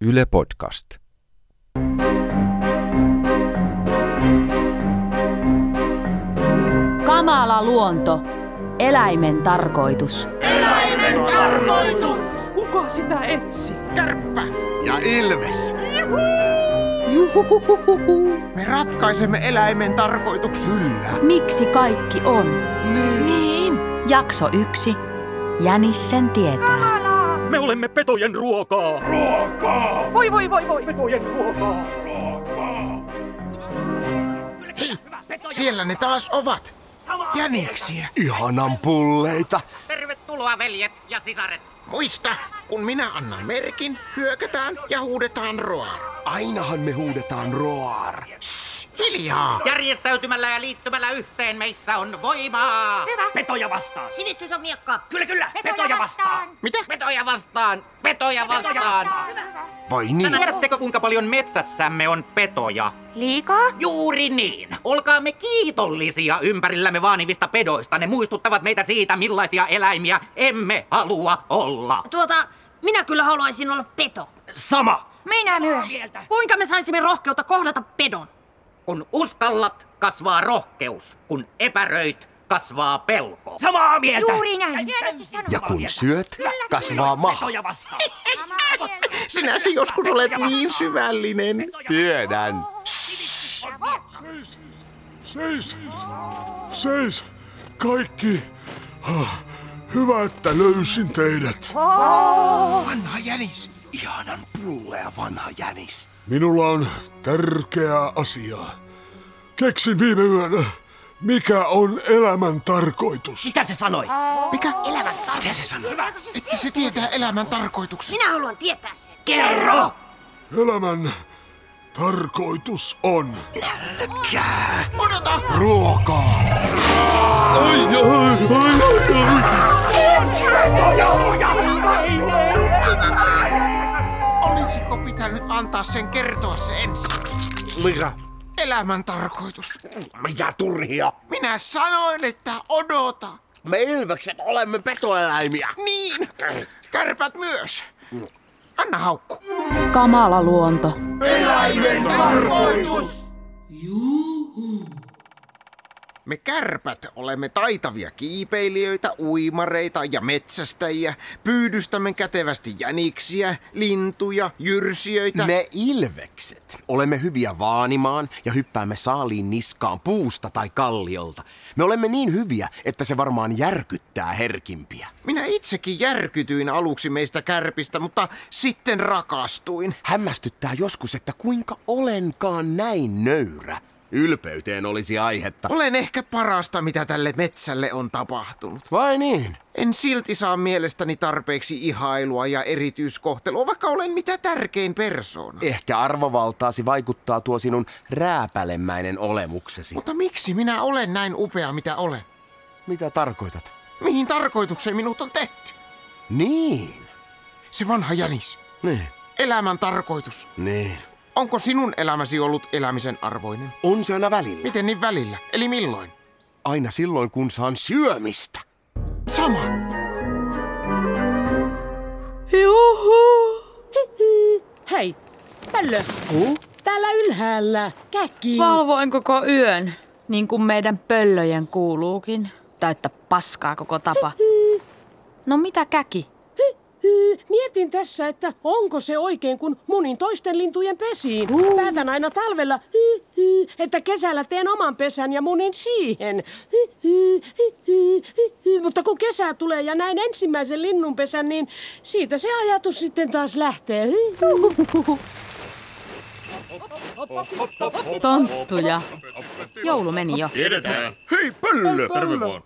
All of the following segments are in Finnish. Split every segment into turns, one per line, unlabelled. Yle Podcast.
Kamala luonto. Eläimen tarkoitus.
Kuka sitä etsii?
ja Ilves.
Juhuhuhuhu.
Me ratkaisemme eläimen tarkoituksilla.
Miksi kaikki on?
Niin.
Jakso yksi. Jänis sen tietää.
Me olemme petojen ruokaa. Ruokaa!
Voi voi voi voi!
Petojen ruokaa. Ruokaa.
Siellä ne taas ovat. Jäniksiä. Ihanan pulleita.
Tervetuloa veljet ja sisaret.
Muista, kun minä annan merkin, hyökätään ja huudetaan roar. Ainahan me huudetaan roar. Shh, hiljaa.
Järjestäytymällä ja liittymällä yhteen meissä on voimaa.
Petoja vastaan.
Sivistys on miekka.
Kyllä, kyllä. Petoja vastaan.
Mitä?
Petoja vastaan! Petoja vastaan!
Vai niin?
Tiedättekö kuinka paljon metsässämme on petoja?
Liikaa?
Juuri niin. Olkaamme kiitollisia ympärillämme vaanivista pedoista. Ne muistuttavat meitä siitä, millaisia eläimiä emme halua olla.
Tuota, minä kyllä haluaisin olla peto.
Sama.
Minä myös. Kuinka me saisimme rohkeutta kohdata pedon?
Kun uskallat, kasvaa rohkeus. Kun epäröit, kasvaa pelko.
Samaa mieltä.
näin.
Ja kun syöt, kasvaa maha.
Petoja vastaan.
Sinä se joskus olet niin syvällinen. Tiedän.
Seis! Seis! Siis, Kaikki! Hah, Hyvä, että löysin teidät.
Vanha jänis. Ihanan pullea vanha jänis.
Minulla on tärkeää asiaa. Keksin viime yönä, mikä on elämän tarkoitus.
Mitä se sanoi?
Mikä?
Elämän
Mitä se sanoo? Että se tietää elämän tarkoituksen.
Minä haluan tietää sen.
Kerro.
Elämän tarkoitus on...
Odota! Ruokaa!
Ai, ai, ai, ai, ai.
Olisiko pitänyt antaa sen kertoa se ensin?
Mikä?
Elämän tarkoitus.
Mitä turhia?
Minä sanoin, että odota.
Me ilvekset olemme petoeläimiä.
Niin. Kärpät myös. Anna haukku.
Kamala luonto.
Me kärpät olemme taitavia kiipeilijöitä, uimareita ja metsästäjiä. Pyydystämme kätevästi jäniksiä, lintuja, jyrsijöitä.
Me ilvekset olemme hyviä vaanimaan ja hyppäämme saaliin niskaan puusta tai kalliolta. Me olemme niin hyviä, että se varmaan järkyttää herkimpiä.
Minä itsekin järkytyin aluksi meistä kärpistä, mutta sitten rakastuin.
Hämmästyttää joskus, että kuinka olenkaan näin nöyrä. Ylpeyteen olisi aihetta.
Olen ehkä parasta, mitä tälle metsälle on tapahtunut.
Vai niin?
En silti saa mielestäni tarpeeksi ihailua ja erityiskohtelua, vaikka olen mitä tärkein persoona.
Ehkä arvovaltaasi vaikuttaa tuo sinun rääpälemäinen olemuksesi.
Mutta miksi minä olen näin upea, mitä olen?
Mitä tarkoitat?
Mihin tarkoitukseen minut on tehty?
Niin.
Se vanha Janis.
Niin.
Elämän tarkoitus.
Niin.
Onko sinun elämäsi ollut elämisen arvoinen?
On se aina välillä.
Miten niin välillä? Eli milloin?
Aina silloin, kun saan syömistä.
Sama.
Juhu! Hei, tällö. Täällä ylhäällä. Käki.
Valvoin koko yön, niin kuin meidän pöllöjen kuuluukin. Täyttä paskaa koko tapa. No mitä käki?
Mietin tässä, että onko se oikein, kun munin toisten lintujen pesiin. Päätän aina talvella, että kesällä teen oman pesän ja munin siihen. Mutta kun kesä tulee ja näin ensimmäisen linnunpesän, niin siitä se ajatus sitten taas lähtee.
Tonttuja. Joulu meni jo.
Hei Pöllö! Terve vaan.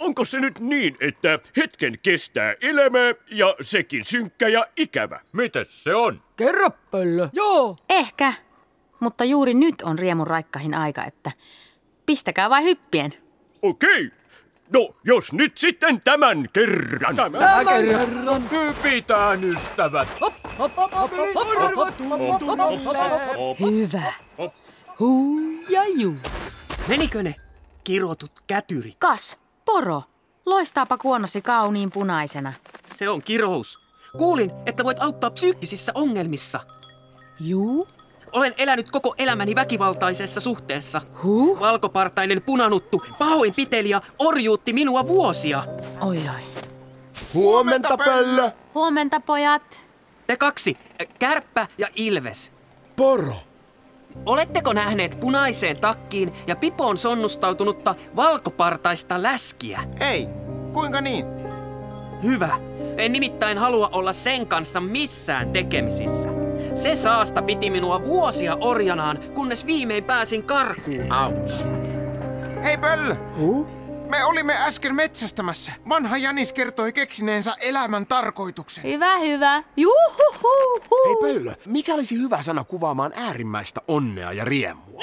Onko se nyt niin, että hetken kestää elämä ja sekin synkkä ja ikävä?
Mites se on?
Kerro, pöllö. Joo.
Ehkä. Mutta juuri nyt on riemun raikkahin aika, että pistäkää vai hyppien.
Okei. No, jos nyt sitten tämän kerran. Tämä.
Hypitään ystävät.
Hyvä. Huu ja juu.
Menikö ne? Kirotut kätyrit.
Kas, poro. Loistaapa kuonosi kauniin punaisena.
Se on kirous.
Kuulin, että voit auttaa psyykkisissä ongelmissa.
Juu?
Olen elänyt koko elämäni väkivaltaisessa suhteessa.
Huh?
Valkopartainen punanuttu pahoinpitelijä orjuutti minua vuosia.
Oi oi.
Huomenta, pöllö!
Huomenta pojat.
Te kaksi, kärppä ja ilves.
Poro!
Oletteko nähneet punaiseen takkiin ja pipoon sonnustautunutta valkopartaista läskiä?
Ei, kuinka niin?
Hyvä. En nimittäin halua olla sen kanssa missään tekemisissä. Se saasta piti minua vuosia orjanaan, kunnes viimein pääsin karkuun.
Ouch. Hei pöllö!
Huh?
Me olimme äsken metsästämässä. Vanha Janis kertoi keksineensä elämän tarkoituksen.
Hyvä, hyvä. Juhuhuhu.
Hei pöllö, mikä olisi hyvä sana kuvaamaan äärimmäistä onnea ja riemua?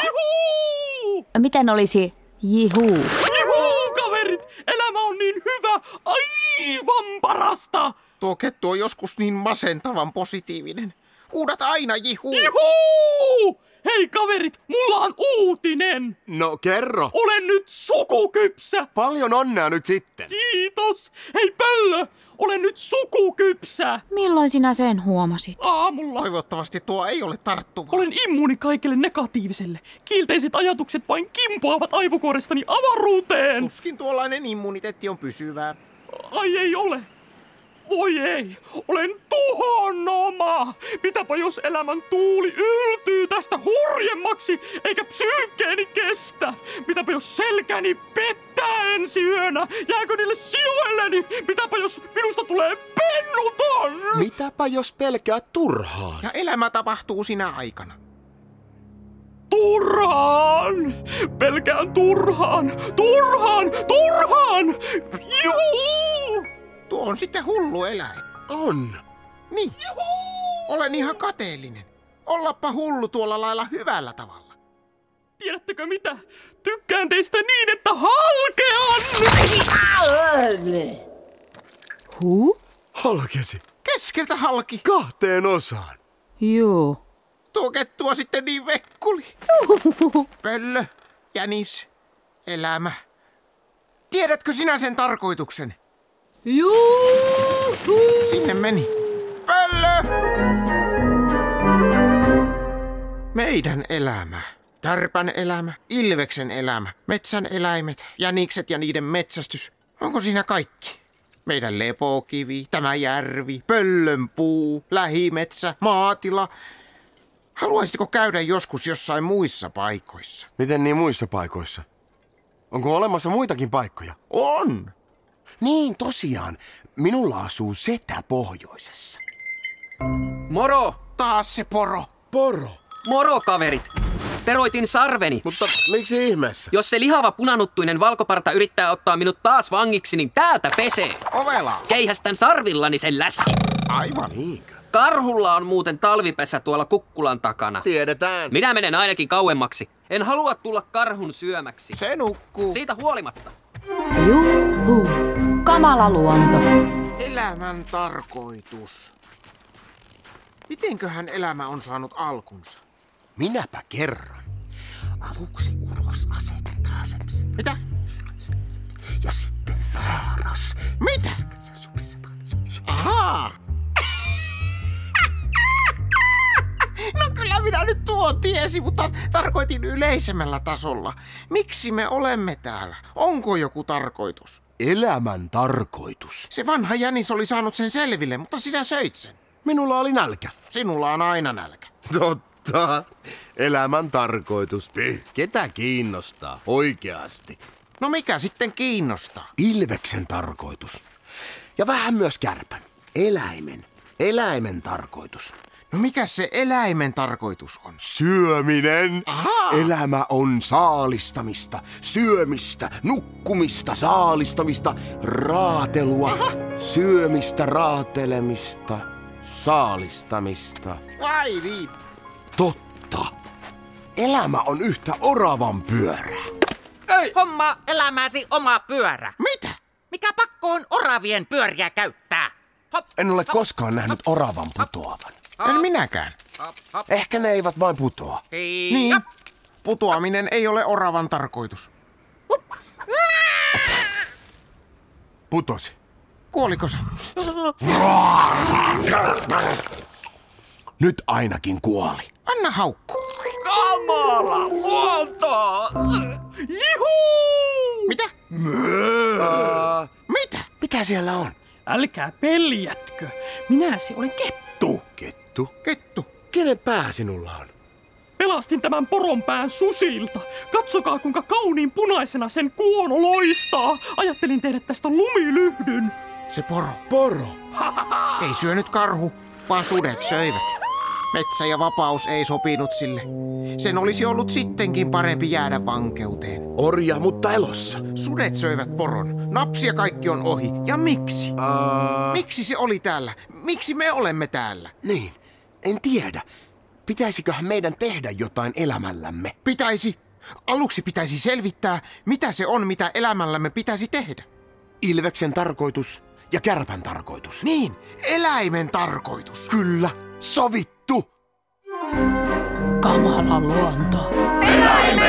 Miten olisi jihu?
Juhuu, kaverit! Elämä on niin hyvä! Aivan parasta!
Tuo kettu on joskus niin masentavan positiivinen. Huudat aina jihu.
Juhuu! Hei kaverit, mulla on uutinen!
No kerro.
Olen nyt sukukypsä!
Paljon onnea nyt sitten.
Kiitos! Hei pöllö! Olen nyt sukukypsä!
Milloin sinä sen huomasit?
Aamulla
Toivottavasti tuo ei ole tarttuva.
olen immuuni kaikelle negatiiviselle. Kielteiset ajatukset vain kimpoavat aivokuorestani avaruuteen!
Tuskin tuollainen immuniteetti on pysyvää.
Ai ei ole. Voi ei, olen tuhonnoma. Mitäpä jos elämän tuuli yltyy tästä hurjemmaksi, eikä psyykkeeni kestä? Mitäpä jos selkäni pettää ensi yönä? Jääkö niille sijoilleni? Mitäpä jos minusta tulee pennuton?
Mitäpä jos pelkää turhaan?
Ja elämä tapahtuu sinä aikana.
Turhaan! Pelkään turhaan! Turhaan! Turhaan! Juu!
Tuo on sitten hullu eläin.
On.
Niin. Juhu! Olen ihan kateellinen. Ollappa hullu tuolla lailla hyvällä tavalla.
Tiedättekö mitä? Tykkään teistä niin, että halkean!
Huh?
Halkesi.
Keskeltä halki.
Kahteen osaan.
Juu.
Tuo kettu on sitten niin vekkuli. Pöllö, jänis, elämä. Tiedätkö sinä sen tarkoituksen? Juu! Sinne meni. Pöllö! Meidän elämä. Tärpän elämä, ilveksen elämä, metsän eläimet, jänikset ja niiden metsästys. Onko siinä kaikki? Meidän lepokivi, tämä järvi, pöllön puu, lähimetsä, maatila. Haluaisitko käydä joskus jossain muissa paikoissa?
Miten niin muissa paikoissa? Onko olemassa muitakin paikkoja?
On!
Niin, tosiaan. Minulla asuu setä pohjoisessa.
Moro!
Taas se poro.
Poro.
Moro, kaverit! Teroitin sarveni.
Mutta miksi ihmeessä?
Jos se lihava punanuttuinen valkoparta yrittää ottaa minut taas vangiksi, niin täältä pesee.
Ovela.
Keihästän sarvillani sen läski.
Aivan.
Niinkö?
Karhulla on muuten talvipesä tuolla kukkulan takana.
Tiedetään.
Minä menen ainakin kauemmaksi. En halua tulla karhun syömäksi.
Se nukkuu.
Siitä huolimatta.
Juhu. Kamala luonto.
Elämän tarkoitus. Mitenköhän elämä on saanut alkunsa?
Minäpä kerron. Aluksi ulos asettaa sen.
Mitä?
Ja sitten naaras.
Mitä?
Se supissa.
Ahaa! No kyllä minä nyt tuon tiesi, mutta tarkoitin yleisemmällä tasolla. Miksi me olemme täällä? Onko joku tarkoitus?
Elämän tarkoitus.
Se vanha jänis oli saanut sen selville, mutta sinä söit sen.
Minulla oli nälkä.
Sinulla on aina nälkä.
Totta. Elämän tarkoitus. Niin. Pih. Ketä kiinnostaa oikeasti?
No mikä sitten kiinnostaa?
Ilveksen tarkoitus. Ja vähän myös kärpän. Eläimen. Eläimen tarkoitus.
No mikä se eläimen tarkoitus on?
Syöminen.
Ahaa.
Elämä on saalistamista, syömistä, nukkumista, saalistamista, raatelua, syömistä, raatelemista, saalistamista.
Vai niin?
Totta. Elämä on yhtä oravan pyörää.
Homma elämäsi oma pyörä.
Mitä?
Mikä pakko on oravien pyöriä käyttää? Hop,
En ole koskaan nähnyt oravan putoavan.
En minäkään.
hop, hop.
Ehkä ne eivät vain putoa.
Niin.
Niin. Putoaminen ei ole oravan tarkoitus.
Putosi.
Kuoliko se?
Nyt ainakin kuoli.
Anna haukku.
Kamala huolta! Juhu!
Mitä?
Möö.
Mitä?
Mitä siellä on?
Älkää peljätkö. Minä se olen kettu.
Kettu?
Kettu.
Kenen pää sinulla on?
Pelastin tämän poronpään susilta. Katsokaa kuinka kauniin punaisena sen kuono loistaa. Ajattelin tehdä tästä lumilyhdyn.
Se poro.
Poro.
Ei syönyt karhu, vaan sudet söivät. Metsä ja vapaus ei sopinut sille. Sen olisi ollut sittenkin parempi jäädä vankeuteen.
Orja, mutta elossa.
Sudet söivät poron. Napsia kaikki on ohi. Ja miksi?
Ää,
Miksi se oli täällä? Miksi me olemme täällä?
niin, en tiedä. Pitäisiköhän meidän tehdä jotain elämällämme?
Pitäisi. Aluksi pitäisi selvittää, mitä se on, mitä elämällämme pitäisi tehdä.
Ilveksen tarkoitus ja kärpän tarkoitus.
Niin, eläimen tarkoitus.
Kyllä, sovittu!
Kamala luonto.
Eläimen